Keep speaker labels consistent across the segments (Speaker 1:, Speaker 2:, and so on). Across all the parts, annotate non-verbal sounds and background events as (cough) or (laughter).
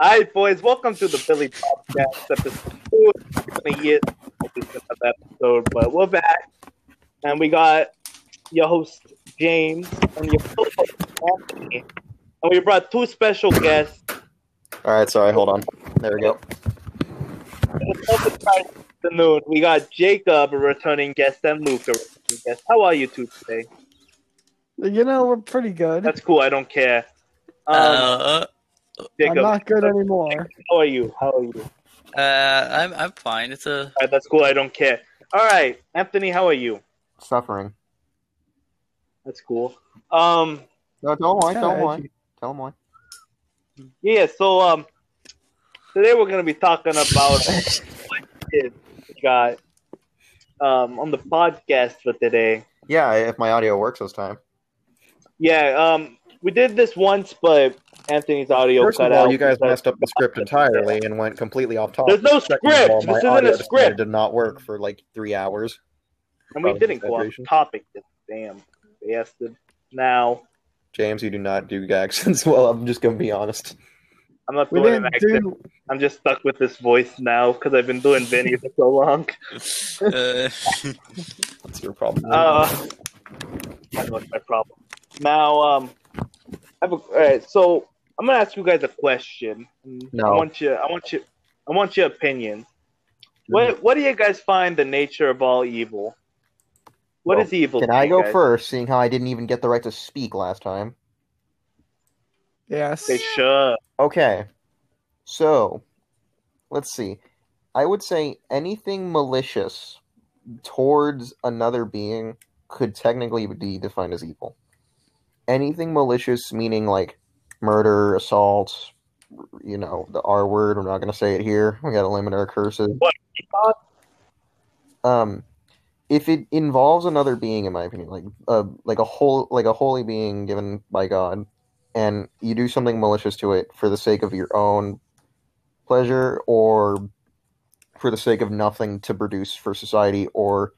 Speaker 1: All right, boys, welcome to the Philly Podcast episode two. It's been years since we did another episode, but we're back, and we got your host James and your co-host Anthony, and we brought two special guests.
Speaker 2: All right, sorry, hold on. There we go.
Speaker 1: It's also Friday afternoon. We got Jacob, a returning guest, and Luke, a returning guest. How are you two today?
Speaker 3: You know, we're pretty good.
Speaker 1: That's cool. I don't care. Um,
Speaker 4: Uh,
Speaker 3: I'm
Speaker 1: Jacob,
Speaker 3: not good anymore.
Speaker 1: how are you? How are you? All
Speaker 4: uh, I'm I'm fine. It's a
Speaker 1: right, that's cool. I don't care. All right, Anthony, how are you?
Speaker 2: Suffering.
Speaker 1: That's cool. Um,
Speaker 2: No, don't lie, don't
Speaker 3: Yeah,
Speaker 2: lie. Tell him why.
Speaker 1: Yeah, so um, today we're gonna be talking
Speaker 2: (laughs)
Speaker 1: about what kids we got um on the podcast for today.
Speaker 2: Yeah, if my audio works this time.
Speaker 1: Yeah, um, we did this once, but Anthony's audio
Speaker 2: First
Speaker 1: cut
Speaker 2: of all,
Speaker 1: out.
Speaker 2: you guys
Speaker 1: So-
Speaker 2: messed up the script entirely and went completely off topic.
Speaker 1: There's no
Speaker 2: Second of all,
Speaker 1: script.
Speaker 2: my
Speaker 1: This isn't
Speaker 2: audio
Speaker 1: a
Speaker 2: decided
Speaker 1: script,
Speaker 2: to not work for like three hours.
Speaker 1: and we
Speaker 2: Oh,
Speaker 1: didn't go off
Speaker 2: saturation.
Speaker 1: topic. Damn, bastard. Now
Speaker 2: James, you do not do accents (laughs) well. I'm just gonna be honest.
Speaker 1: I'm not
Speaker 3: We
Speaker 1: doing an
Speaker 3: didn't
Speaker 1: accent.
Speaker 3: do.
Speaker 1: I'm just stuck with this voice now because I've been doing Vinny for so long.
Speaker 4: uh,
Speaker 2: That's your problem.
Speaker 1: Uh, that was my problem. Now, um, I have a, all right. So I'm gonna ask you guys a question.
Speaker 2: No.
Speaker 1: I want you. I want you. I want your opinion.
Speaker 2: Mm-hmm.
Speaker 1: What What do you guys find the nature of all evil? What
Speaker 2: Well,
Speaker 1: is evil?
Speaker 2: Can
Speaker 1: to
Speaker 2: I
Speaker 1: you
Speaker 2: go
Speaker 1: guys?
Speaker 2: first, seeing how I didn't even get the right to speak last time?
Speaker 3: Yes.
Speaker 1: They should.
Speaker 2: Okay. So, let's see. I would say anything malicious towards another being could technically be defined as evil. Anything malicious, meaning like murder, assault, you know, the R word. We're not going to say it here. We got to limit our curses.
Speaker 1: What?
Speaker 2: Um, if it involves another being, in my opinion, like a like a whole like a holy being given by God, and you do something malicious to it for the sake of your own pleasure or for the sake of nothing to produce for society or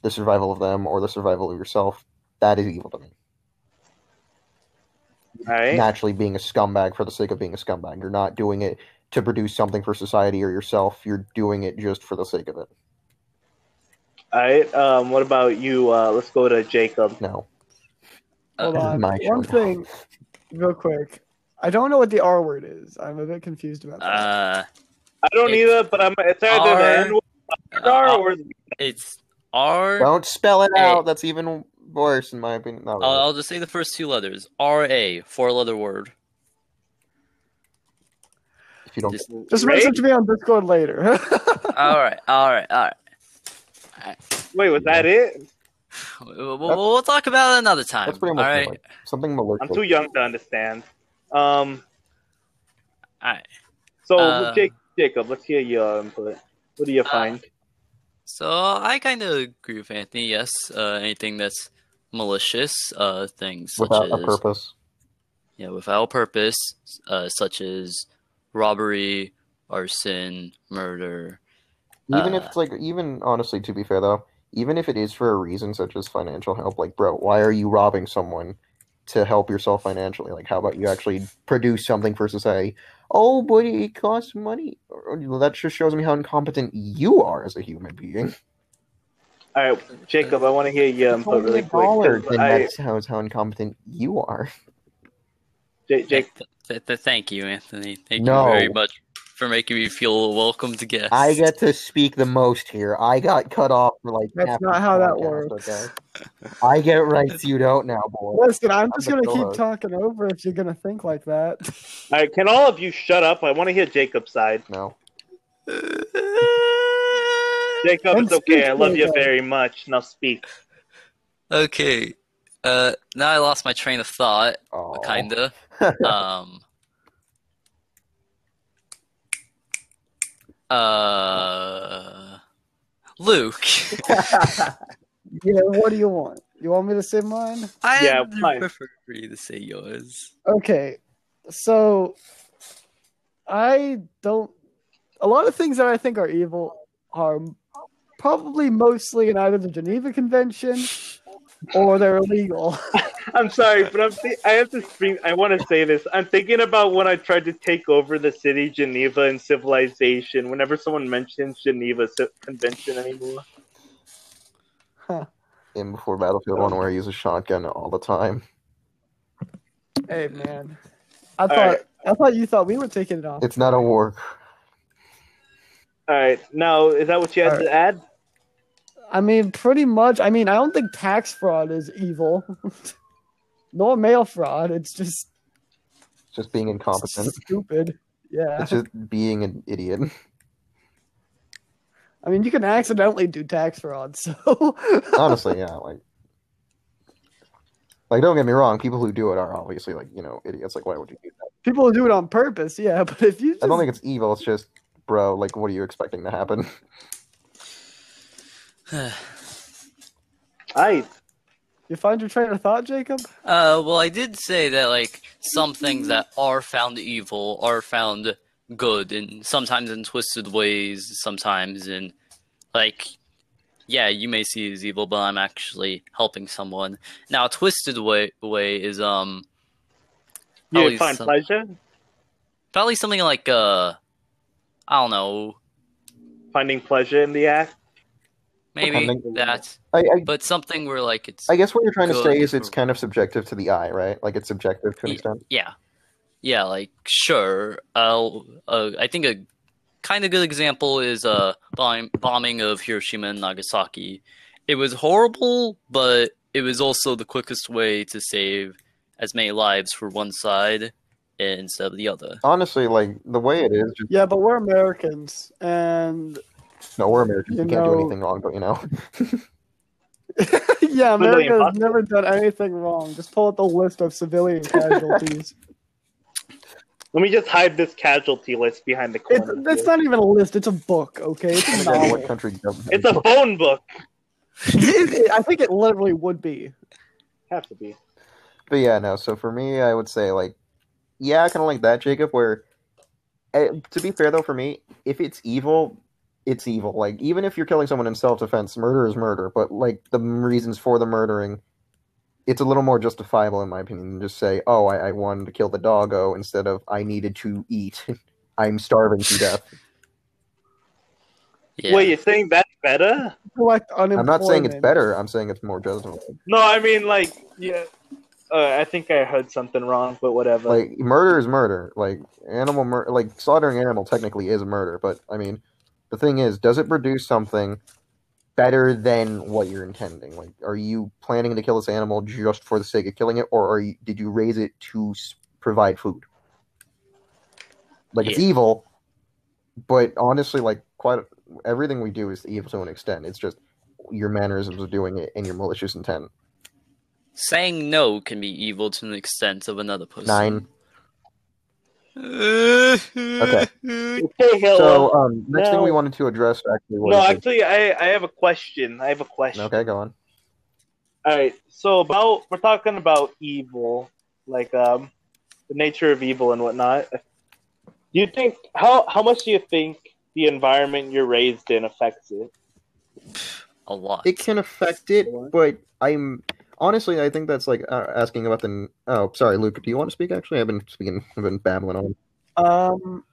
Speaker 2: the survival of them or the survival of yourself, that is evil to me.
Speaker 1: All right.
Speaker 2: Naturally, being a scumbag for the sake of being a scumbag, you're not doing it to produce something for society or yourself. You're doing it just for the sake of it.
Speaker 1: All right. Um, what about you? Uh, let's go to Jacob.
Speaker 2: No,
Speaker 3: Hold
Speaker 2: This is
Speaker 3: on.
Speaker 2: my show
Speaker 3: One
Speaker 2: now.
Speaker 3: thing, real quick. I don't know what the R word is. I'm a bit confused about that.
Speaker 4: uh,
Speaker 1: I don't
Speaker 4: It's
Speaker 1: either, but I'm. It's either
Speaker 4: R-
Speaker 1: the N word
Speaker 4: uh,
Speaker 1: or
Speaker 4: it's R. I'll,
Speaker 2: don't spell it
Speaker 4: Hey.
Speaker 2: out. That's even worse, in my opinion. Not really.
Speaker 4: I'll just say the first two letters. R A, four letter word.
Speaker 2: if you don't,
Speaker 4: Just,
Speaker 3: Just
Speaker 1: Right?
Speaker 3: message me on Discord later.
Speaker 4: (laughs)
Speaker 3: (laughs)
Speaker 4: all right, all right, all right.
Speaker 2: (laughs)
Speaker 1: Wait, was that it?
Speaker 4: We'll, we'll, we'll talk about it another time.
Speaker 2: that's pretty
Speaker 4: all
Speaker 2: much
Speaker 4: right,
Speaker 2: like, something malicious.
Speaker 1: I'm too young to understand. Um.
Speaker 4: all right.
Speaker 1: So,
Speaker 4: Uh,
Speaker 1: Jake, Jacob, let's hear your input. What do you
Speaker 4: Uh,
Speaker 1: find?
Speaker 4: So I kind of agree with Anthony. Yes, uh, anything that's malicious, uh, things such
Speaker 2: without a
Speaker 4: as
Speaker 2: purpose.
Speaker 4: Yeah, without purpose, uh, such as robbery, arson, murder.
Speaker 2: Even if
Speaker 4: Uh,
Speaker 2: it's like, even honestly, to be fair though, even if it is for a reason such as financial help, like, bro, why are you robbing someone to help yourself financially? Like, how about you actually produce something for society? Oh, but it costs money. Or- or- That just shows me how incompetent you are as a human being.
Speaker 1: All right, Jacob, I want to hear your
Speaker 2: Only
Speaker 1: input really
Speaker 2: a
Speaker 1: quick.
Speaker 2: dollar,
Speaker 1: 'cause
Speaker 2: then
Speaker 1: I,
Speaker 2: that shows how incompetent you are.
Speaker 1: Ja- Jake,
Speaker 4: Th- th- th- thank you, Anthony. Thank
Speaker 2: No.
Speaker 4: you very much for making me feel welcome to guest.
Speaker 2: I get to speak the most here. I got cut off for like
Speaker 3: That's
Speaker 2: half the
Speaker 3: not how that
Speaker 2: podcast,
Speaker 3: works.
Speaker 2: okay? I get rights you don't now, boy.
Speaker 3: Listen, I'm just
Speaker 2: I'm a
Speaker 3: gonna keep
Speaker 2: pillow.
Speaker 3: talking over if you're gonna think like that. (laughs)
Speaker 1: all right, can all of you shut up? I want to hear Jacob's side.
Speaker 2: No.
Speaker 1: Jacob,
Speaker 3: And
Speaker 1: it's okay. I
Speaker 3: speak,
Speaker 1: love you
Speaker 3: Jacob.
Speaker 1: very much. Now speak.
Speaker 4: (laughs) okay. Uh, now I lost my train of thought,
Speaker 2: Oh.
Speaker 4: kinda.
Speaker 2: (laughs)
Speaker 4: um. Uh, Luke. (laughs)
Speaker 3: Yeah, what do you want? You want me to say mine?
Speaker 4: I
Speaker 1: Yeah, mine.
Speaker 4: prefer for you to say yours.
Speaker 3: Okay, so I don't. A lot of things that I think are evil are probably mostly in either the Geneva Convention or they're illegal. (laughs)
Speaker 1: I'm sorry, but I'm th- I have to speak. I want to say this. I'm thinking about when I tried to take over the city Geneva and civilization. Whenever someone mentions Geneva Civ- Convention anymore,
Speaker 2: in before Battlefield One where I use a shotgun all the time.
Speaker 3: Hey man, I
Speaker 1: right.
Speaker 3: thought I thought you thought we were taking it off.
Speaker 2: It's not a war.
Speaker 1: all right. Now, is that what you had
Speaker 3: All
Speaker 1: to add?
Speaker 3: I mean, pretty much. I mean, I don't think tax fraud is evil, (laughs) nor mail fraud. It's just
Speaker 2: It's just being incompetent.
Speaker 3: stupid. Yeah,
Speaker 2: It's just being an idiot.
Speaker 3: I mean, you can accidentally do tax fraud. (laughs) So
Speaker 2: Honestly, yeah. Like, like don't get me wrong. People who do it are obviously like you know idiots. Like, why would you do that?
Speaker 3: people do it on purpose. Yeah, but if you,
Speaker 2: I don't
Speaker 3: just-
Speaker 2: think it's evil. It's just, bro. Like, what are you expecting to happen? (laughs)
Speaker 1: All right.
Speaker 3: you find your train of thought, Jacob.
Speaker 4: Uh, well, I did say that like some things that are found evil are found good, and sometimes in twisted ways, sometimes in like, yeah, you may see it as evil, but I'm actually helping someone. Now, a twisted way way is um
Speaker 1: You
Speaker 4: Probably
Speaker 1: find
Speaker 4: some-
Speaker 1: pleasure
Speaker 4: probably something like uh, I don't know,
Speaker 1: finding pleasure in the act.
Speaker 4: maybe
Speaker 2: Depending-
Speaker 4: that,
Speaker 2: I, I,
Speaker 4: but something where like it's
Speaker 2: I guess what you're trying to
Speaker 4: Good.
Speaker 2: say is it's kind of subjective to the eye, right? Like it's subjective to an extent.
Speaker 4: Yeah. Yeah, like sure. I'll, uh, I think a kind of good example is uh bomb- bombing of Hiroshima and Nagasaki. It was horrible, but it was also the quickest way to save as many lives for one side instead of the other.
Speaker 2: Honestly, like the way it is, just
Speaker 3: Yeah, but we're Americans, and (laughs)
Speaker 2: no, we're Americans.
Speaker 3: You
Speaker 2: we can't do
Speaker 3: know-
Speaker 2: anything wrong, but you know,
Speaker 3: yeah,
Speaker 1: Literally
Speaker 3: America has
Speaker 1: impossible.
Speaker 3: never done anything wrong. Just pull up the list of civilian (laughs) casualties.
Speaker 1: Let me just hide this casualty list behind the
Speaker 3: it's,
Speaker 1: corner.
Speaker 3: it's not even a list. It's a book. Okay,
Speaker 2: (laughs)
Speaker 3: it's a
Speaker 2: Depending on what
Speaker 3: novel.
Speaker 2: country government.
Speaker 1: It's a phone book.
Speaker 3: I think (laughs) it literally would be.
Speaker 1: Have to be.
Speaker 2: But yeah, no. So for me, I would say like, yeah, kind of like that, Jacob. Where, eh, to be fair though, for me, if it's evil, it's evil. Like even if you're killing someone in self-defense, murder is murder. But like the m- reasons for the murdering, it's a little more justifiable in my opinion than just say, oh, I, I wanted to kill the doggo instead of I needed to eat. (laughs) I'm starving to death.
Speaker 4: Yeah.
Speaker 1: Wait, you're saying that's better?
Speaker 3: Collect
Speaker 2: I'm not saying it's
Speaker 3: unemployment.
Speaker 2: better. I'm saying it's more justifiable.
Speaker 1: No, I mean like yeah. Uh, I think I heard something wrong, but whatever.
Speaker 2: like murder is murder like animal mur- like slaughtering an animal technically is murder but i mean the thing is does it produce something better than what you're intending like are you planning to kill this animal just for the sake of killing it or are you, did you raise it to s- provide food like it's
Speaker 4: Yeah.
Speaker 2: evil but honestly like quite everything we do is evil to an extent it's just your mannerisms of doing it and your malicious intent
Speaker 4: Saying no can be evil to an extent of another person. (laughs)
Speaker 2: nine
Speaker 4: okay.
Speaker 1: Okay, Hill.
Speaker 2: so um next thing we
Speaker 1: No.
Speaker 2: wanted to address actually was
Speaker 1: no,
Speaker 2: the-
Speaker 1: actually, I, I have a question. I have a question.
Speaker 2: Okay, go on.
Speaker 1: All right. So about we're talking about evil, like um, the nature of evil and whatnot. Do you think how how much do you think the environment you're raised in affects it?
Speaker 4: A lot.
Speaker 2: It can affect it,
Speaker 1: What?
Speaker 2: but I'm honestly, I think that's like uh, asking about the. Oh, sorry, Luke. Do you want to speak? Actually, I've been speaking. I've been babbling on.
Speaker 3: Um,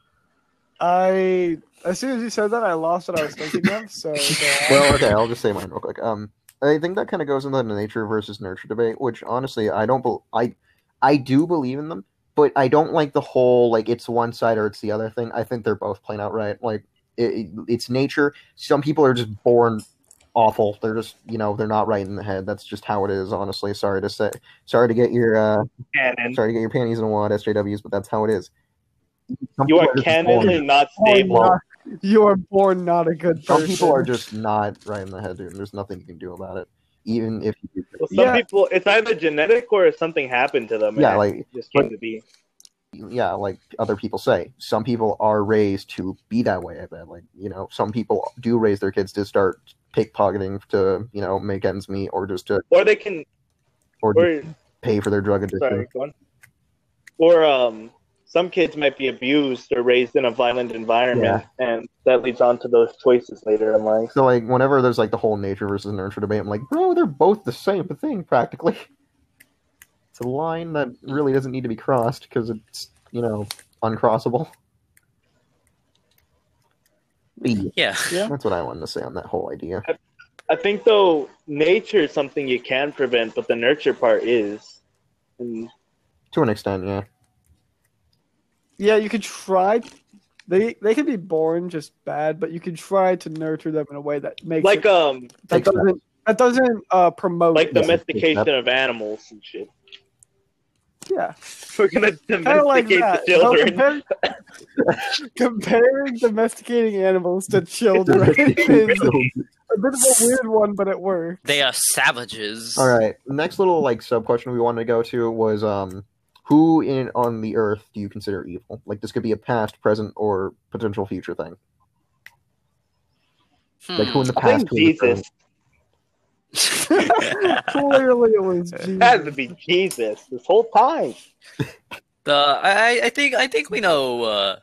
Speaker 3: I as soon as you said that, I lost what I was thinking of.
Speaker 2: (laughs)
Speaker 3: So uh,
Speaker 2: Well, okay, I'll just say mine real quick. Um, I think that kind of goes into the nature versus nurture debate, which honestly, I don't. Bel I, I do believe in them, but I don't like the whole like it's one side or it's the other thing. I think they're both plain outright. Like it, it- it's nature. Some people are just born awful. They're just you know they're not right in the head. That's just how it is. Honestly, sorry to say. Sorry to get your. uh
Speaker 1: Canon.
Speaker 2: Sorry to get your panties in a wad, SJWs, but that's how it is. Some
Speaker 1: You
Speaker 2: people
Speaker 1: are
Speaker 2: just
Speaker 1: canon
Speaker 2: born-
Speaker 1: and not
Speaker 3: born
Speaker 1: stable.
Speaker 3: not- you are born not a good
Speaker 2: Some
Speaker 3: person.
Speaker 2: people are just not right in the head, dude. And there's nothing you can do about it, even if you.
Speaker 1: Well, some
Speaker 3: Yeah.
Speaker 1: people, it's either genetic or something happened to them. and
Speaker 2: Yeah,
Speaker 1: it
Speaker 2: like
Speaker 1: just came to be.
Speaker 2: yeah, like other people say, some people are raised to be that way. I bet, like you know, some people do raise their kids to start pickpocketing to you know make ends meet, or just to
Speaker 1: Or they can,
Speaker 2: or, to
Speaker 1: or
Speaker 2: pay for their drug addiction.
Speaker 1: sorry, go on. Or um, some kids might be abused or raised in a violent environment, and that leads on to those choices later in life.
Speaker 2: So like, (laughs) whenever there's like the whole nature versus nurture debate, I'm like, bro, they're both the same thing practically. a line that really doesn't need to be crossed because it's you know uncrossable. Yeah,
Speaker 4: Yeah. (laughs)
Speaker 3: Yeah.
Speaker 2: that's what I wanted to say on that whole idea.
Speaker 1: I think though nature is something you can prevent, but the nurture part is. And
Speaker 2: To an extent, yeah.
Speaker 3: Yeah, you could try. They they can be born just bad, but you can try to nurture them in a way that makes
Speaker 1: like
Speaker 3: it,
Speaker 1: um,
Speaker 3: that doesn't that doesn't uh, promote
Speaker 1: like
Speaker 3: it.
Speaker 2: the-
Speaker 1: domestication of animals and shit. (laughs)
Speaker 3: yeah,
Speaker 1: We're gonna
Speaker 3: kind
Speaker 1: domesticate
Speaker 3: of like that.
Speaker 1: the
Speaker 3: So
Speaker 1: children.
Speaker 3: compare, (laughs) comparing domesticating animals to children (laughs) is
Speaker 2: (laughs)
Speaker 3: a bit of a weird one, but it works.
Speaker 4: They are savages.
Speaker 2: All right. Next little like sub question we wanted to go to was um, who in on the earth do you consider evil? Like this could be a past, present, or potential future thing.
Speaker 4: Hmm.
Speaker 2: Like who in the
Speaker 1: I think
Speaker 2: past? who in the
Speaker 1: Jesus
Speaker 2: present?
Speaker 3: (laughs) Clearly, it was
Speaker 1: had
Speaker 3: Jesus.
Speaker 1: to be Jesus this whole time.
Speaker 4: The I I think I think we know uh,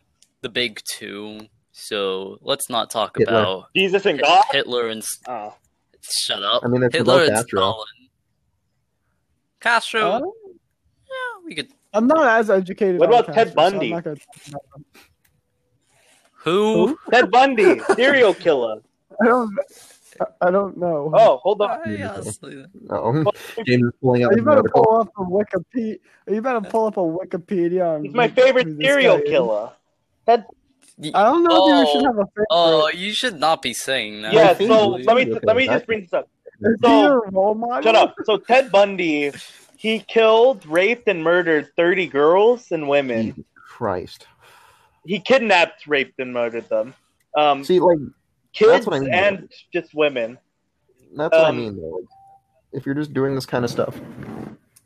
Speaker 4: the big two. So let's not talk
Speaker 2: Hitler.
Speaker 4: about
Speaker 1: Jesus and God.
Speaker 4: Hitler and S-
Speaker 1: Oh,
Speaker 4: shut up.
Speaker 2: I mean, that's
Speaker 4: Hitler
Speaker 2: both
Speaker 4: and
Speaker 2: after all. Uh,
Speaker 4: Stalin. Castro.
Speaker 3: Huh?
Speaker 4: yeah, we could.
Speaker 3: I'm not as educated.
Speaker 1: What
Speaker 3: on
Speaker 1: about Ted
Speaker 3: Castro, so I'm
Speaker 1: Bundy?
Speaker 3: not gonna talk about him.
Speaker 4: Who?
Speaker 1: Ted Bundy, serial killer.
Speaker 3: I don't. I- I don't know.
Speaker 1: Oh, hold on.
Speaker 4: I honestly-
Speaker 2: No, Um, (laughs) James is pulling out
Speaker 3: Are you
Speaker 2: an
Speaker 3: better
Speaker 2: article.
Speaker 3: pull up a Wikipedia. Are you better pull up a Wikipedia? On
Speaker 1: He's my
Speaker 3: who- who
Speaker 1: favorite
Speaker 3: this
Speaker 1: serial
Speaker 3: guy is?
Speaker 1: killer.
Speaker 3: I don't know if you should have a favorite.
Speaker 4: Oh, you should not be saying that.
Speaker 1: Yeah.
Speaker 2: I think
Speaker 1: So
Speaker 2: he's
Speaker 1: let me
Speaker 2: serial
Speaker 1: let me
Speaker 2: killer.
Speaker 1: just bring this up.
Speaker 3: Is he
Speaker 1: so-
Speaker 3: your role model?
Speaker 1: Shut up. So Ted Bundy, he killed, raped, and murdered thirty girls and women.
Speaker 2: Jesus Christ.
Speaker 1: He kidnapped, raped, and murdered them. Um,
Speaker 2: See, like
Speaker 1: kids
Speaker 2: what I mean.
Speaker 1: and just women.
Speaker 2: that's what I
Speaker 1: Um,
Speaker 2: mean. Though. Like, if you're just doing this kind of stuff,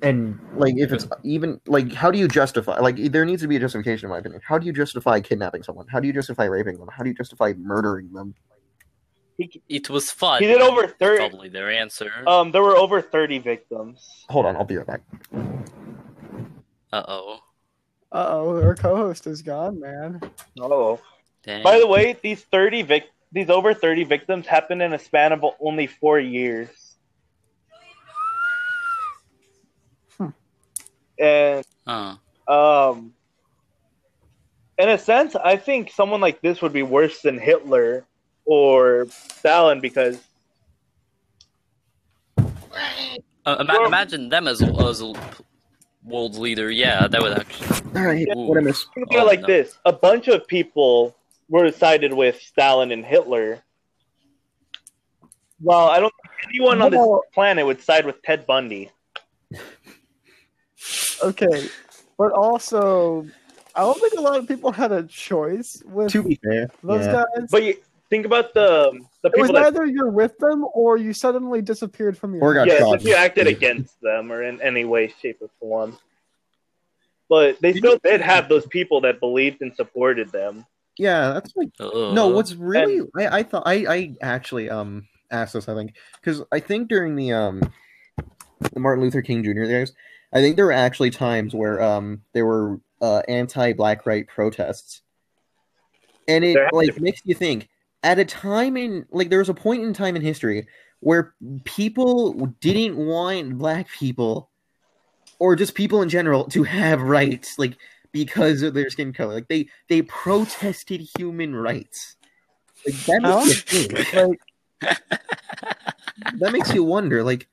Speaker 2: and like if it's even like, how do you justify? Like, there needs to be a justification, in my opinion. How do you justify kidnapping someone? How do you justify raping them? How do you justify murdering them?
Speaker 4: It was fun.
Speaker 1: He did over thirty.
Speaker 4: Probably their answer. Uh
Speaker 1: Um, there were over thirty victims.
Speaker 2: Hold on, I'll be right back.
Speaker 4: oh.
Speaker 3: Uh oh, our co-host is gone, man.
Speaker 1: Oh.
Speaker 4: Dang.
Speaker 1: By the way, these thirty vic- these over thirty victims happened in a span of only four years.
Speaker 3: Hmm.
Speaker 1: And
Speaker 4: Uh,
Speaker 1: um, in a sense, I think someone like this would be worse than Hitler or Stalin because
Speaker 4: uh, ima-
Speaker 1: Well-
Speaker 4: imagine them as as a world leader. Yeah, that would actually.
Speaker 2: All right,
Speaker 4: Ooh.
Speaker 2: what I miss?
Speaker 1: think about
Speaker 4: Oh,
Speaker 1: it like
Speaker 4: no.
Speaker 1: this: a bunch of people were sided with Stalin and Hitler. Well, I don't think anyone on this
Speaker 3: Well-
Speaker 1: planet would side with Ted Bundy.
Speaker 3: Okay, but also, I don't think a lot of people had a choice with
Speaker 2: To be fair,
Speaker 3: those
Speaker 2: yeah.
Speaker 3: guys.
Speaker 1: But you think about the the
Speaker 3: it was
Speaker 1: people that
Speaker 3: either you're with them or you suddenly disappeared from your.
Speaker 2: Or got
Speaker 1: yes,
Speaker 2: shot.
Speaker 1: if you acted against them or in any way, shape, or form. But they still did have those people that believed and supported them.
Speaker 2: yeah, that's like
Speaker 4: Uh,
Speaker 2: no. What's really I, I thought I I actually um asked this I think because I think during the um the Martin Luther King Jr. days I think there were actually times where um there were uh anti-black right protests and it
Speaker 1: There had to
Speaker 2: like makes you think at a time in like there was a point in time in history where people didn't want black people or just people in general to have rights like because of their skin color like they they protested human rights like that
Speaker 3: Huh?
Speaker 2: makes, you think.
Speaker 3: Like,
Speaker 2: that makes you wonder like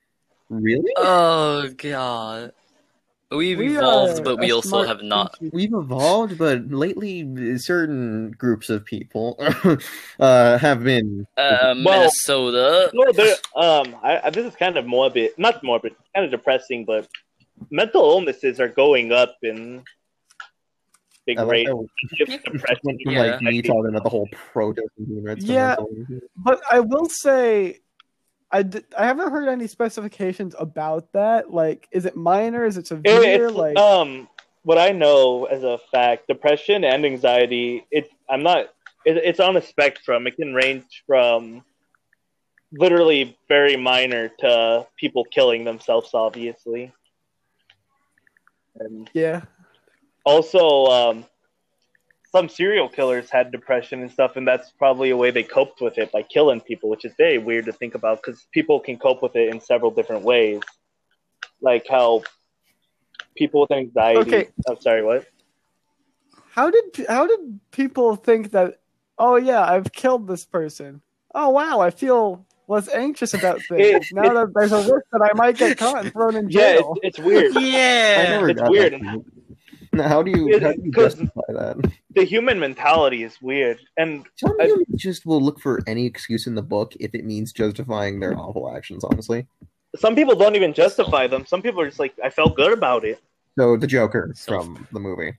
Speaker 2: really
Speaker 4: Oh god. We've
Speaker 3: we
Speaker 4: evolved,
Speaker 3: are
Speaker 4: but we
Speaker 3: a
Speaker 4: also
Speaker 3: smart
Speaker 4: have not.
Speaker 3: species.
Speaker 2: we've evolved but lately certain groups of people (laughs) uh have been
Speaker 1: Well-
Speaker 4: Uh, Minnesota.
Speaker 1: No, they're, um, I, I, this is kind of morbid, not morbid, kind of depressing, but mental illnesses are going up in big
Speaker 2: I uh, like
Speaker 1: rate.
Speaker 2: how we
Speaker 1: Depression,
Speaker 2: went from
Speaker 4: Yeah.
Speaker 2: like me talking about the whole protest and human rights to
Speaker 3: Yeah.
Speaker 2: mental illness.
Speaker 3: But I will say, I, d- I haven't heard any specifications about that. Like, is it minor? Is it severe?
Speaker 1: It- it's,
Speaker 3: like,
Speaker 1: um, what I know as a fact, depression and anxiety. It I'm not. It, it's on a spectrum. It can range from literally very minor to people killing themselves, obviously. And
Speaker 3: yeah.
Speaker 1: also, um, some serial killers had depression and stuff, and that's probably a way they coped with it by killing people, which is very weird to think about because people can cope with it in several different ways. Like how people with anxiety.
Speaker 3: Okay.
Speaker 1: I'm sorry, what?
Speaker 3: How did how did people think that? Oh yeah, I've killed this person. Oh wow, I feel less
Speaker 1: (laughs)
Speaker 3: anxious about
Speaker 1: It-
Speaker 3: things now that there's a risk that I might get caught and thrown in
Speaker 1: Yeah,
Speaker 3: jail.
Speaker 1: it's, it's
Speaker 3: (laughs)
Speaker 1: weird.
Speaker 2: I
Speaker 4: Yeah.
Speaker 2: never
Speaker 1: it's
Speaker 2: got
Speaker 1: weird.
Speaker 2: that thing. Now, how do you,
Speaker 1: It-
Speaker 2: how do you
Speaker 1: 'cause-
Speaker 2: justify that?
Speaker 1: the human mentality is weird, and
Speaker 2: Some
Speaker 1: I-
Speaker 2: humans just will look for any excuse in the book if it means justifying their awful actions, honestly.
Speaker 1: some people don't even justify them. Some people are just like, "I felt good about it."
Speaker 2: So the Joker
Speaker 4: Self-
Speaker 2: from the movie.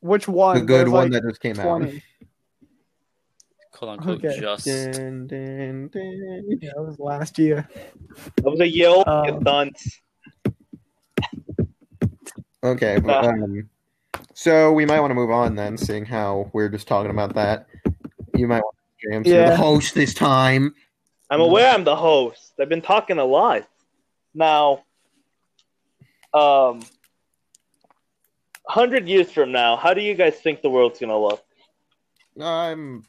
Speaker 3: Which one?
Speaker 2: The good
Speaker 3: There's,
Speaker 2: one
Speaker 3: like,
Speaker 2: that just came
Speaker 3: 20.
Speaker 4: quote unquote
Speaker 3: Okay.
Speaker 4: just.
Speaker 2: out. Dun, dun, dun.
Speaker 3: Yeah, that was last year.
Speaker 1: I was a yo
Speaker 3: Um,
Speaker 1: and dunce.
Speaker 2: Okay, but, um, so we might want to move on then, seeing how we're just talking about that. You might want to James you're
Speaker 3: Yeah.
Speaker 2: the host this time.
Speaker 1: I'm aware I'm the host. I've been talking a lot. Now, um, hundred years from now, how do you guys think the world's gonna look?
Speaker 2: Um,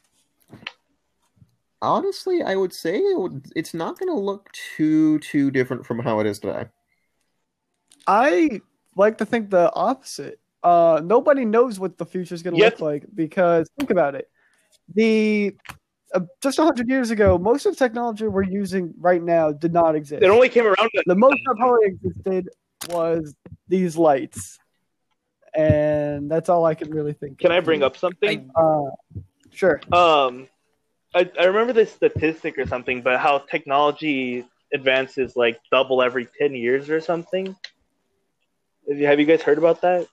Speaker 2: honestly, I would say it would, it's not going to look too too different from how it is today.
Speaker 3: I like to think the opposite. Uh, nobody knows what the future is going to
Speaker 1: Yep.
Speaker 3: look like because think about it. The uh, just hundred years ago, most of the technology we're using right now did not exist.
Speaker 1: It only came around.
Speaker 3: the most that probably existed was these lights, and that's all I can really think.
Speaker 1: Can
Speaker 3: of.
Speaker 1: I bring up something?
Speaker 3: Uh, sure.
Speaker 1: um I, I remember this statistic or something but how technology advances like double every 10 years or something have you, have you guys heard about that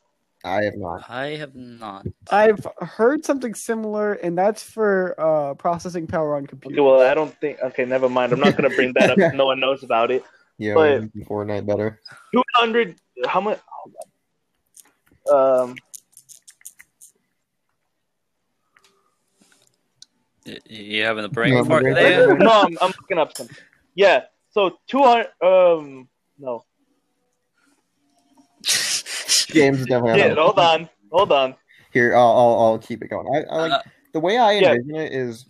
Speaker 2: I have not.
Speaker 4: I have not.
Speaker 3: I've heard something similar, and that's for uh, processing power on
Speaker 1: okay,
Speaker 3: computers.
Speaker 1: well i don't think okay never mind i'm not going to bring that up no one knows about it
Speaker 2: Yeah,
Speaker 1: But-
Speaker 2: we Fortnite better.
Speaker 1: 200 how much um
Speaker 4: Y- You having a brain
Speaker 2: No,
Speaker 4: fart
Speaker 2: no,
Speaker 1: (laughs)
Speaker 4: there?
Speaker 1: no I'm, I'm looking up something yeah so 200 um no
Speaker 2: James is definitely
Speaker 1: yeah
Speaker 2: not
Speaker 1: hold on hold
Speaker 3: (laughs)
Speaker 1: on
Speaker 2: here. I'll, I'll I'll keep it going. I, I like
Speaker 4: Uh,
Speaker 2: the way I
Speaker 1: yeah.
Speaker 2: envision it is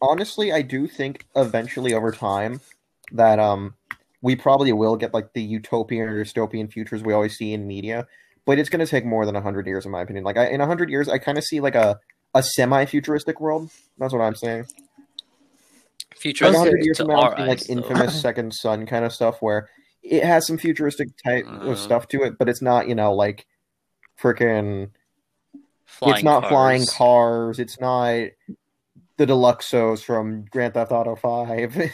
Speaker 2: honestly, I do think eventually over time that um we probably will get like the utopian or dystopian futures we always see in media, but it's going to take more than hundred years, in my opinion. Like I, in hundred years, I kind of see like a a semi-futuristic world. That's what I'm saying.
Speaker 4: Future
Speaker 2: Like
Speaker 4: is
Speaker 2: hundred years
Speaker 4: to
Speaker 2: from now,
Speaker 4: our
Speaker 2: I'm seeing, like
Speaker 4: eyes, though. (laughs)
Speaker 2: infamous Second Son kind of stuff, where it has some futuristic type
Speaker 4: Uh.
Speaker 2: of stuff to it, but it's not, you know, like freaking.
Speaker 4: Flying
Speaker 2: it's not
Speaker 4: cars.
Speaker 2: flying cars. It's not the Deluxos from Grand Theft Auto Five. (laughs)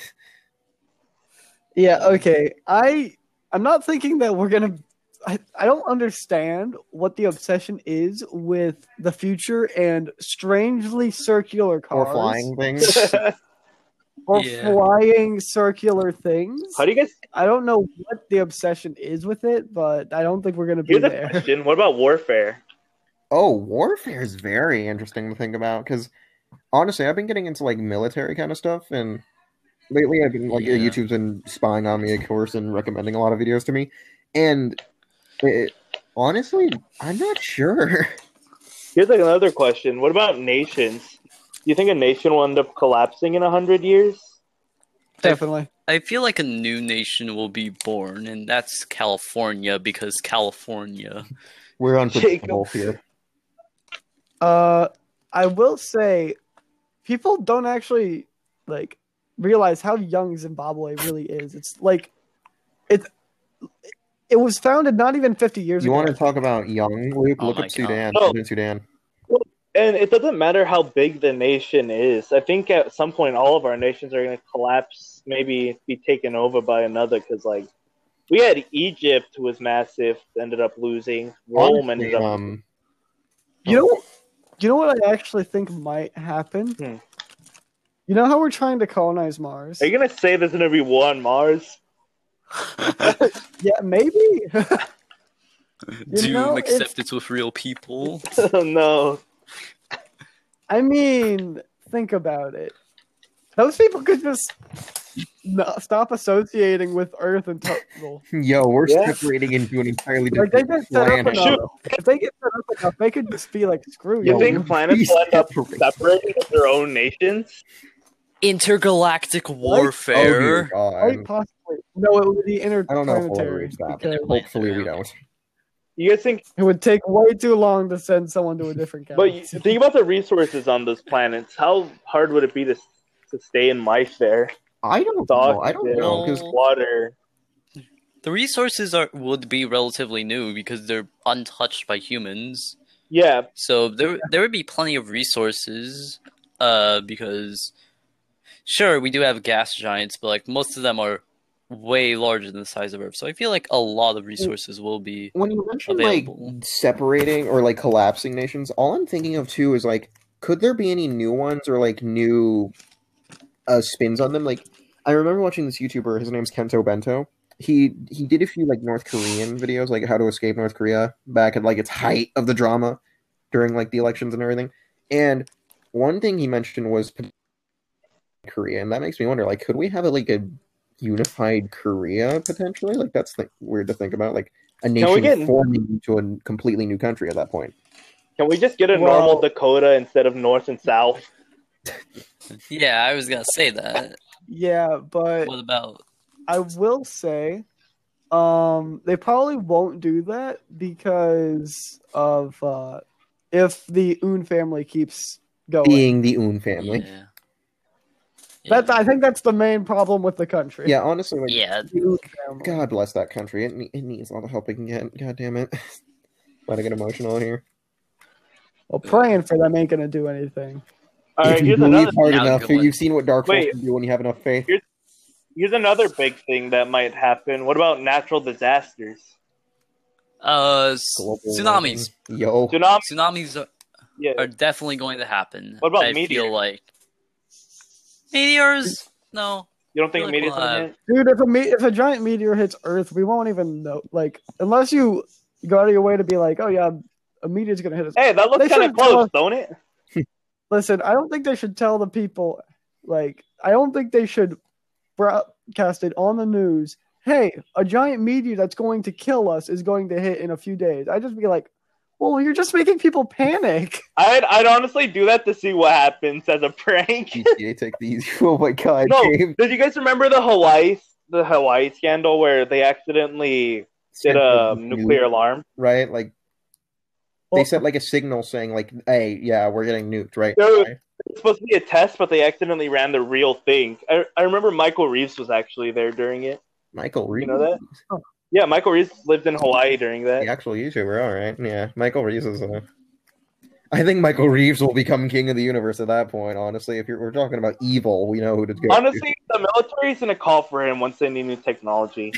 Speaker 3: Yeah, okay. I I'm not thinking that we're gonna. I, I don't understand what the obsession is with the future and strangely circular
Speaker 2: or
Speaker 3: cars
Speaker 2: flying
Speaker 1: (laughs)
Speaker 2: things.
Speaker 1: how
Speaker 3: or
Speaker 4: Yeah.
Speaker 3: flying circular things.
Speaker 1: do you guys
Speaker 3: I don't know what the obsession is with it, but I don't think we're gonna be
Speaker 1: here's a (laughs)
Speaker 3: there.
Speaker 1: question what about warfare
Speaker 2: Oh, warfare is very interesting to think about because honestly, I've been getting into like military kind of stuff, and lately I've been like
Speaker 4: Yeah.
Speaker 2: YouTube's been spying on me, of course, and recommending a lot of videos to me. And it, honestly, I'm not sure. (laughs)
Speaker 1: Here's like another question. What about nations? Do you think a nation will end up collapsing in a hundred years?
Speaker 3: Definitely.
Speaker 4: I feel like a new nation will be born, and that's California because California.
Speaker 2: We're unpredictable here.
Speaker 3: Uh, I will say, people don't actually like realize how young Zimbabwe really is. It's like, it's it was founded not even fifty years
Speaker 2: You
Speaker 3: ago.
Speaker 2: want to talk about young Luke?
Speaker 4: Oh
Speaker 2: Look
Speaker 4: my
Speaker 2: up Sudan.
Speaker 1: God.
Speaker 2: Look at Sudan.
Speaker 1: And it doesn't matter how big the nation is. I think at some point all of our nations are going to collapse, maybe be taken over by another. Because like we had Egypt who was massive, ended up losing.
Speaker 4: Oh,
Speaker 1: Rome ended
Speaker 2: Honestly,
Speaker 1: up.
Speaker 2: um,
Speaker 3: You know, you know what I actually think might happen.
Speaker 1: Hmm.
Speaker 3: You know how we're trying to colonize Mars?
Speaker 1: Are you going to say there's going to be war on Mars? (laughs)
Speaker 3: Yeah, maybe. (laughs)
Speaker 4: Doom
Speaker 3: know, if-
Speaker 4: accepted with real people.
Speaker 1: oh no!
Speaker 3: I mean, think about it. Those people could just no- stop associating with Earth and total.
Speaker 2: (laughs) yo, we're
Speaker 1: Yeah.
Speaker 2: separating into an entirely
Speaker 3: Like they
Speaker 2: different
Speaker 3: get set up
Speaker 2: planet.
Speaker 3: enough. If they get set up enough, they could just be like, "Screw
Speaker 1: You
Speaker 2: Yo,
Speaker 3: you."
Speaker 1: think
Speaker 2: we're
Speaker 1: planets will end up
Speaker 2: separated.
Speaker 1: separating into their own nations?
Speaker 4: Intergalactic
Speaker 2: Oh, dear
Speaker 4: warfare.
Speaker 2: God.
Speaker 3: Quite possible. No, it would be
Speaker 2: I don't know if we'll ever
Speaker 3: interplanetary.
Speaker 2: reach that.
Speaker 3: because
Speaker 2: Hopefully, we don't.
Speaker 1: You guys think,
Speaker 3: It would take way too long to send someone to a different
Speaker 1: but you-
Speaker 3: galaxy.
Speaker 1: think about the resources on those planets. How hard would it be to to stay in life there?
Speaker 2: I don't know. I don't know because
Speaker 4: No.
Speaker 1: Water.
Speaker 4: The resources are would be relatively new because they're untouched by humans.
Speaker 1: Yeah,
Speaker 4: So there there would be plenty of resources uh because sure we do have gas giants but like most of them are way larger than the size of Earth. So I feel like a lot of resources will be
Speaker 2: when you mention
Speaker 4: Available.
Speaker 2: like separating or like collapsing nations, all I'm thinking of too is like, could there be any new ones or like new uh, spins on them? Like, I remember watching this YouTuber. His name's Kento Bento. He he did a few like North Korean videos, like how to escape North Korea back at like its height of the drama during like the elections and everything. And one thing he mentioned was p- Korea, and that makes me wonder, like, could we have like a unified Korea potentially? Like, that's th- weird to think about. Like, a
Speaker 1: we
Speaker 2: nation
Speaker 1: get-
Speaker 2: forming into a completely new country at that point.
Speaker 1: Can we just get a
Speaker 3: Well-
Speaker 1: normal Dakota instead of North and South?
Speaker 4: Yeah, I was going to say that.
Speaker 3: (laughs) yeah, but
Speaker 4: What about
Speaker 3: I will say, um, they probably won't do that because of uh, if the Un family keeps going.
Speaker 2: Being the Un family. Yeah,
Speaker 4: Yeah.
Speaker 3: That
Speaker 4: yeah.
Speaker 3: I think that's the main problem with the country.
Speaker 2: honestly, like,
Speaker 4: yeah,
Speaker 3: The Un family.
Speaker 2: God bless that country. It, ne- it needs all the help it can get. God damn it. (laughs) Let I get emotional here.
Speaker 3: Well, praying for them ain't gonna do anything.
Speaker 1: All right,
Speaker 2: if you
Speaker 1: here's
Speaker 2: believe
Speaker 1: another
Speaker 2: hard
Speaker 4: Now,
Speaker 2: enough,
Speaker 4: good one.
Speaker 2: you've seen what Dark Souls
Speaker 1: Wait.
Speaker 2: can do when you have enough faith.
Speaker 1: here's another big thing that might happen. What about natural disasters?
Speaker 4: uh s-
Speaker 2: Global
Speaker 4: tsunamis.
Speaker 2: warming. Yo.
Speaker 1: Tsunami.
Speaker 4: Tsunamis are,
Speaker 1: Yeah.
Speaker 4: are definitely going to happen.
Speaker 1: What about
Speaker 4: I
Speaker 1: meteors?
Speaker 4: feel like meteors? No.
Speaker 1: You don't think
Speaker 4: Like,
Speaker 1: meteors?
Speaker 4: uh,
Speaker 1: are
Speaker 3: Dude, if a me- if a giant meteor hits Earth, we won't even know. Like, unless you go out of your way to be like, "Oh yeah, a meteor's gonna hit us."
Speaker 1: Hey, that looks
Speaker 3: they
Speaker 1: kind of
Speaker 3: should've told
Speaker 1: close,
Speaker 3: us-
Speaker 1: don't it?
Speaker 3: Listen, I don't think they should tell the people. Like, I don't think they should broadcast it on the news. Hey, a giant meteor that's going to kill us is going to hit in a few days. I just be like, "Well, you're just making people panic."
Speaker 1: I'd I'd honestly do that to see what happens as a (laughs) prank.
Speaker 2: GTA take these. (laughs) Oh my god,
Speaker 1: No.
Speaker 2: James.
Speaker 1: Did you guys remember the Hawaii the Hawaii scandal where they accidentally did a uh, nuclear alarm?
Speaker 2: Right? Like,
Speaker 3: Well-
Speaker 2: they sent like a signal saying, like, hey, yeah, we're getting nuked, right?
Speaker 1: Dude. It's supposed to be a test, but they accidentally ran the real thing. I, I remember Michael Reeves was actually there during it.
Speaker 2: Michael
Speaker 1: You
Speaker 2: Reed.
Speaker 1: know that? Yeah, Michael Reeves lived in Hawaii during that.
Speaker 2: the actual YouTuber. All right, yeah, Michael Reeves is. A... I think Michael Reeves will become king of the universe at that point. Honestly, if you're, we're talking about evil, we know who to go. to.
Speaker 1: Honestly, the military's gonna call for him once they need new technology.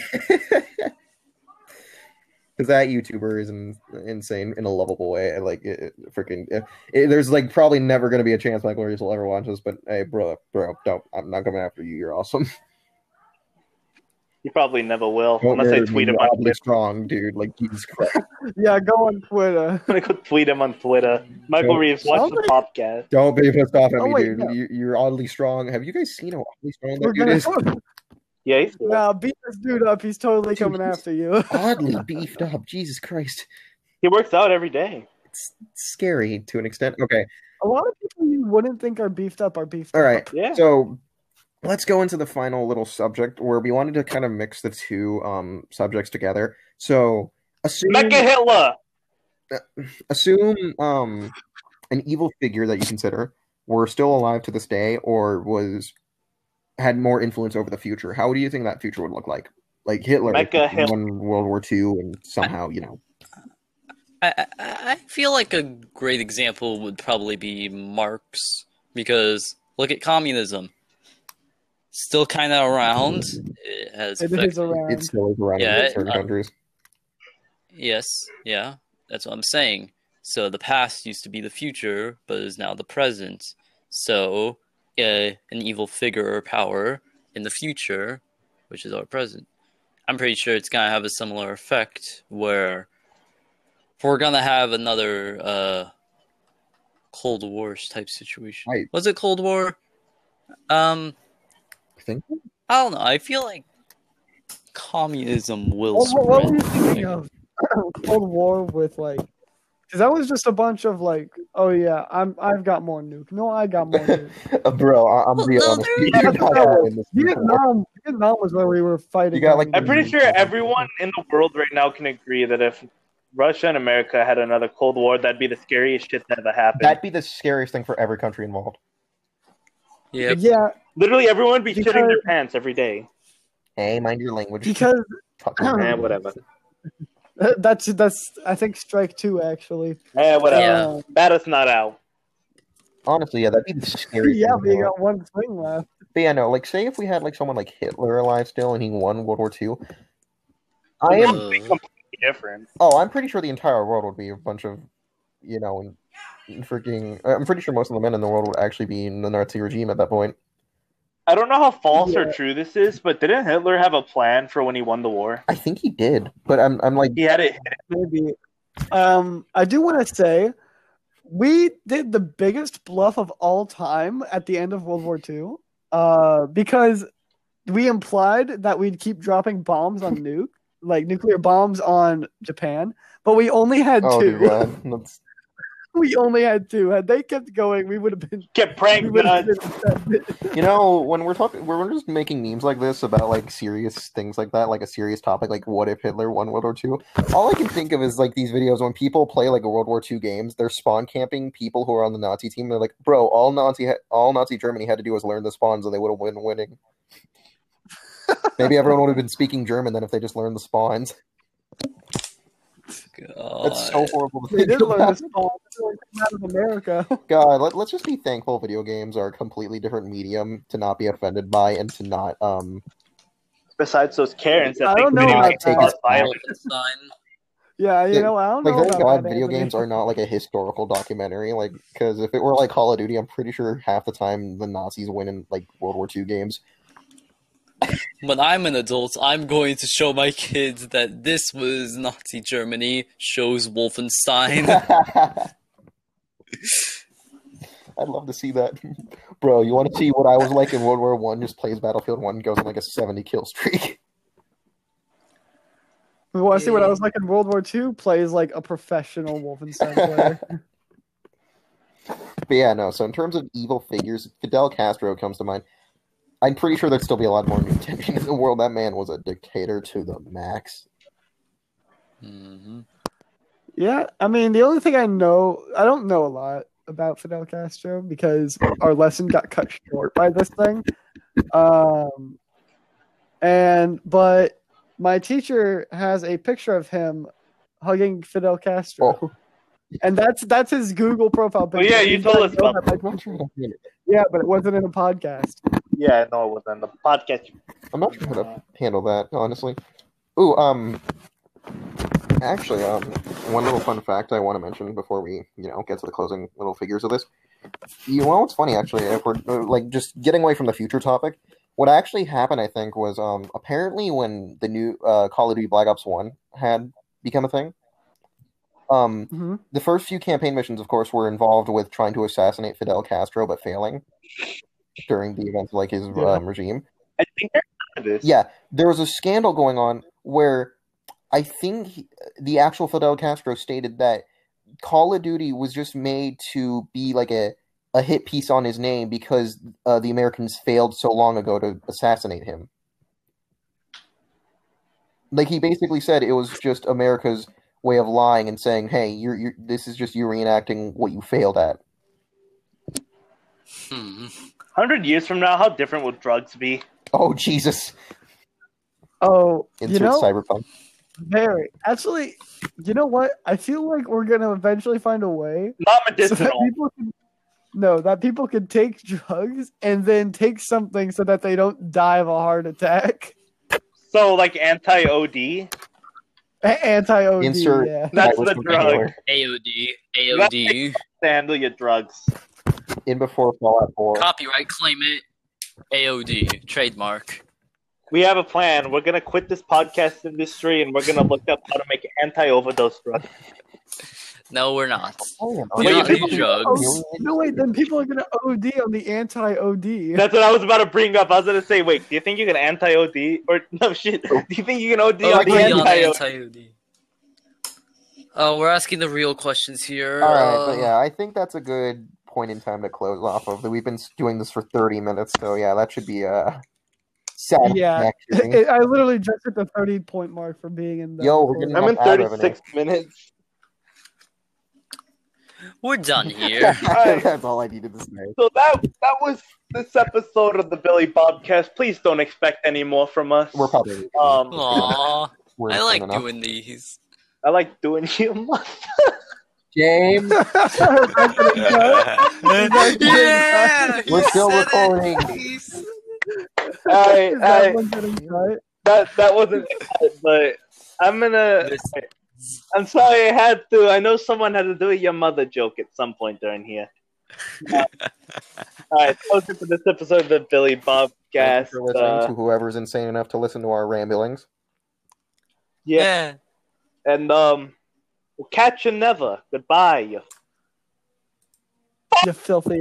Speaker 2: 'Cause that YouTuber is in, insane in a lovable way. Like, it, it- freaking, it- it- there's like probably never going to be a chance Michael Reeves will ever watch this. But hey, bro, bro, don't. I'm not coming after you. You're awesome.
Speaker 1: He probably never will. (laughs)
Speaker 2: Don't
Speaker 1: unless I
Speaker 2: marry me,
Speaker 1: tweet him
Speaker 2: you're
Speaker 1: on (laughs)
Speaker 2: oddly strong, dude. Like Jesus Christ.
Speaker 3: (laughs) yeah, go on Twitter.
Speaker 1: I'm gonna go tweet him on Twitter. Michael
Speaker 2: Don't-
Speaker 1: Reeves, watch the
Speaker 3: Somebody-
Speaker 1: podcast.
Speaker 2: Don't be pissed off at
Speaker 3: Oh,
Speaker 2: me,
Speaker 3: wait,
Speaker 2: dude.
Speaker 3: no.
Speaker 2: You, you're oddly strong. Have you guys seen how oddly strong that
Speaker 3: We're
Speaker 2: dude
Speaker 3: gonna (laughs)
Speaker 2: is?
Speaker 1: Yeah, he's cool.
Speaker 3: nah, beat this dude up. He's totally
Speaker 2: Dude,
Speaker 3: coming
Speaker 2: he's-
Speaker 3: after you. (laughs)
Speaker 2: Oddly beefed up. Jesus Christ.
Speaker 1: he works out every day.
Speaker 2: it's scary to an extent. Okay,
Speaker 3: A lot of people you wouldn't think are beefed up are beefed
Speaker 2: all
Speaker 3: up.
Speaker 2: right.
Speaker 1: Yeah.
Speaker 2: So let's go into the final little subject where we wanted to kind of mix the two um subjects together. So assume
Speaker 1: Mecca Hitler.
Speaker 2: assume um an evil figure that you consider were still alive to this day or was had more influence over the future. How do you think that future would look like? Like Hitler
Speaker 1: Mecca Hit-
Speaker 2: won World War II and somehow, you know.
Speaker 4: I, I I feel like a great example would probably be Marx because look at communism. Still kind of around. It has
Speaker 3: It
Speaker 4: affected-
Speaker 3: is around.
Speaker 2: It's still is around
Speaker 4: Yeah,
Speaker 2: in certain
Speaker 4: uh,
Speaker 2: countries.
Speaker 4: Yes, yeah, that's what I'm saying. So the past used to be the future, but is now the present. So uh, an evil figure or power in the future, which is our present. I'm pretty sure it's gonna have a similar effect where we're gonna have another uh, Cold War type situation.
Speaker 2: Right.
Speaker 4: Was it Cold War? Um,
Speaker 2: I think
Speaker 4: I don't know. I feel like communism will
Speaker 3: What, what- what were (clears throat)
Speaker 4: spread.
Speaker 3: you thinking of? Cold War with like 'Cause that was just a bunch of like, oh yeah, I'm I've got more nuke. No, I got
Speaker 2: (laughs)
Speaker 3: more nuke.
Speaker 2: Uh, bro, I- I'm
Speaker 4: Well,
Speaker 2: being
Speaker 4: no,
Speaker 2: honest.
Speaker 4: there-
Speaker 2: (laughs) You're not having this.
Speaker 3: Vietnam, Vietnam was where we were fighting.
Speaker 2: You got, like,
Speaker 1: I'm pretty sure everyone in the world right now can agree that if Russia and America had another Cold War, that'd be the scariest shit that ever happened.
Speaker 2: That'd be the scariest thing for every country involved.
Speaker 4: Yeah,
Speaker 3: yeah,
Speaker 1: Literally, everyone would be
Speaker 3: Because-
Speaker 1: shitting their pants every day.
Speaker 2: Hey, mind your language.
Speaker 3: because (laughs)
Speaker 2: Fucking-
Speaker 1: Eh, whatever.
Speaker 3: that's that's I think strike two actually.
Speaker 1: Eh, whatever.
Speaker 4: Yeah.
Speaker 3: Um,
Speaker 1: Bat us not out.
Speaker 2: Honestly, yeah, that'd be the scariest.
Speaker 3: yeah,
Speaker 2: thing
Speaker 3: but you
Speaker 2: in the world.
Speaker 3: got one swing left.
Speaker 2: But yeah, no, like say if we had like someone like Hitler alive still and he won World War II, I am
Speaker 4: Uh,
Speaker 1: Different.
Speaker 2: oh, I'm pretty sure the entire world would be a bunch of you know and, and freaking I'm pretty sure most of the men in the world would actually be in the Nazi regime at that point.
Speaker 1: I don't know how false or
Speaker 3: Yeah.
Speaker 1: true this is, but didn't Hitler have a plan for when he won the war?
Speaker 2: I think he did, but I'm I'm like
Speaker 1: He had it.
Speaker 3: Maybe. Um, I do want to say we did the biggest bluff of all time at the end of World War II uh, because we implied that we'd keep dropping bombs on nuke, like nuclear bombs on Japan, but we only had
Speaker 2: oh
Speaker 3: two.
Speaker 2: dear God, that's-
Speaker 3: (laughs) We only had two. Had they kept going, we would have been.
Speaker 1: Get
Speaker 3: we
Speaker 1: pranked.
Speaker 3: would have
Speaker 1: nuts.
Speaker 3: been
Speaker 2: you know when we're talking when we're just making memes like this about like serious things like that, like a serious topic like what if Hitler won World War II? All I can think of is like these videos when people play like a World War II games, they're spawn camping people who are on the Nazi team. They're like, bro, all Nazi all Nazi Germany had to do was learn the spawns, and they would have been winning. Maybe everyone would have been speaking German then if they just learned the spawns. That's so
Speaker 4: God.
Speaker 2: horrible. To
Speaker 3: they
Speaker 2: think
Speaker 3: did learn
Speaker 2: about.
Speaker 3: this ball out of America. (laughs)
Speaker 2: God, let, let's just be thankful video games are a completely different medium to not be offended by and to not um
Speaker 1: Besides those Karens that
Speaker 3: I
Speaker 1: think
Speaker 3: don't know
Speaker 1: video
Speaker 2: about
Speaker 1: games
Speaker 2: that.
Speaker 1: cause violence.
Speaker 4: Wolfenstein.
Speaker 3: Yeah, you
Speaker 2: Yeah,
Speaker 3: know, I don't
Speaker 2: like
Speaker 3: know.
Speaker 2: thank
Speaker 3: about
Speaker 2: God
Speaker 3: that,
Speaker 2: video
Speaker 3: Oh, Anthony.
Speaker 2: games are not like a historical documentary. Like because if it were like Call of Duty, I'm pretty sure half the time the Nazis win in like World War II games.
Speaker 4: When I'm an adult, I'm going to show my kids that this was Nazi Germany,
Speaker 2: (laughs)
Speaker 4: shows (laughs) Wolfenstein.
Speaker 2: I'd love to see that, (laughs) bro. You want to see what I was like in World War One? Just plays Battlefield One, goes on like a seventy kill streak. (laughs)
Speaker 3: We want to see what I was like in World War II. Plays like a professional Wolfenstein player.
Speaker 2: But yeah, no. So in terms of evil figures, Fidel Castro comes to mind. I'm pretty sure there'd still be a lot more new tension in the world. That man was a dictator to the max.
Speaker 4: Mhm.
Speaker 3: yeah, I mean, the only thing I know, I don't know a lot about Fidel Castro because our lesson got cut short by this thing. Um, and but my teacher has a picture of him hugging Fidel
Speaker 2: Oh.
Speaker 3: Castro. And that's that's his Google profile
Speaker 1: Well,
Speaker 3: picture.
Speaker 1: yeah, you
Speaker 3: He's
Speaker 1: told us
Speaker 3: like,
Speaker 1: about
Speaker 3: "Oh,
Speaker 2: I'm not sure how to-
Speaker 3: Yeah, but it wasn't in a podcast.
Speaker 1: Yeah, no, it wasn't. The podcast.
Speaker 2: I'm not sure how to handle that, honestly. Ooh, um, actually, um, one little fun fact I want to mention before we, you know, get to the closing little figures of this. You know, it's funny actually. If we're uh, like just getting away from the future topic, what actually happened, I think, was um apparently when the new uh, Call of Duty Black Ops One had become a thing, um,
Speaker 3: hmm
Speaker 2: the first few campaign missions, of course, were involved with trying to assassinate Fidel Castro, but failing during the events of like his
Speaker 3: Yeah.
Speaker 2: um, regime.
Speaker 1: I think I remember this.
Speaker 2: Yeah, there was a scandal going on where I think he- the actual Fidel Castro stated that Call of Duty was just made to be like a, a hit piece on his name because uh, the Americans failed so long ago to assassinate him. Like he basically said, it was just America's way of lying and saying, "Hey, you're, you're this is just you reenacting what you failed at."
Speaker 4: Hmm.
Speaker 1: 100 years from now, how different will drugs be?
Speaker 2: Oh Jesus!
Speaker 3: Oh,
Speaker 2: Insert
Speaker 3: you know,
Speaker 2: cyberpunk.
Speaker 3: very actually, you know what? I feel like we're gonna eventually find a way (laughs)
Speaker 1: Not
Speaker 3: so that
Speaker 1: medicinal.
Speaker 3: people can, no, that people can take drugs and then take something so that they don't die of a heart attack. (laughs)
Speaker 1: So, like anti OD?
Speaker 3: Anti OD.
Speaker 2: Insert-
Speaker 3: Yeah.
Speaker 1: That's
Speaker 2: Cyberpunk
Speaker 1: the drug.
Speaker 2: anywhere.
Speaker 4: AOD, AOD,
Speaker 1: Handle your drugs.
Speaker 2: In before Fallout Four.
Speaker 4: copyright claim it. AOD, trademark.
Speaker 1: We have a plan. We're going to quit this podcast industry and we're going to look up how to make anti overdose drugs.
Speaker 4: No, we're not.
Speaker 2: Oh, yeah,
Speaker 4: We
Speaker 1: Wait,
Speaker 4: don't
Speaker 1: you
Speaker 4: do
Speaker 1: people-
Speaker 4: drugs.
Speaker 3: Oh, no, wait, then people are gonna OD on the anti OD.
Speaker 1: (laughs) That's what I was about to bring up. I was going to say, wait, do you think you can anti (laughs) Oh. OD? Or, no shit. Do you think you can OD
Speaker 4: Oh,
Speaker 1: on the
Speaker 4: we are
Speaker 1: anti OD?
Speaker 4: anti-OD. Uh, we're asking the real questions here.
Speaker 2: All right, but
Speaker 4: Uh,
Speaker 2: yeah, I think that's a good point in time to close off of. We've been doing this for 30 minutes, so yeah, that should be a sad
Speaker 3: Yeah.
Speaker 2: connection. (laughs)
Speaker 3: (laughs) I literally just hit the 30 point mark for being in the.
Speaker 2: Yo, we're getting-
Speaker 1: I'm in
Speaker 2: Ad revenue.
Speaker 1: 36 minutes.
Speaker 2: (laughs)
Speaker 4: We're done here.
Speaker 1: right.
Speaker 2: that's all I needed to say.
Speaker 1: So that that was this episode of the Billy Bobcast. Please don't expect any more from us.
Speaker 2: We're probably
Speaker 1: um,
Speaker 4: Aw,
Speaker 2: we're
Speaker 4: I like
Speaker 2: soon enough.
Speaker 4: doing these.
Speaker 1: I like doing (laughs) you.
Speaker 2: James.
Speaker 3: (laughs)
Speaker 4: yeah,
Speaker 2: We're
Speaker 4: you
Speaker 2: still
Speaker 4: said it.
Speaker 2: recording.
Speaker 4: Peace.
Speaker 1: I-
Speaker 3: Is that
Speaker 1: I-
Speaker 3: one getting cut?
Speaker 1: that that (laughs) wasn't, it, but I'm gonna.
Speaker 4: This-
Speaker 1: I'm sorry I had to. I know someone had to do a your mother joke at some point during (laughs) here. Uh, all right, that's it for this episode of the Billy Bob
Speaker 2: Thank
Speaker 1: Gas.
Speaker 2: you for listening
Speaker 1: Uh,
Speaker 2: to whoever's insane enough to listen to our ramblings.
Speaker 1: yeah,
Speaker 4: yeah.
Speaker 1: and um, we'll catch you never. Goodbye. you
Speaker 3: You filthy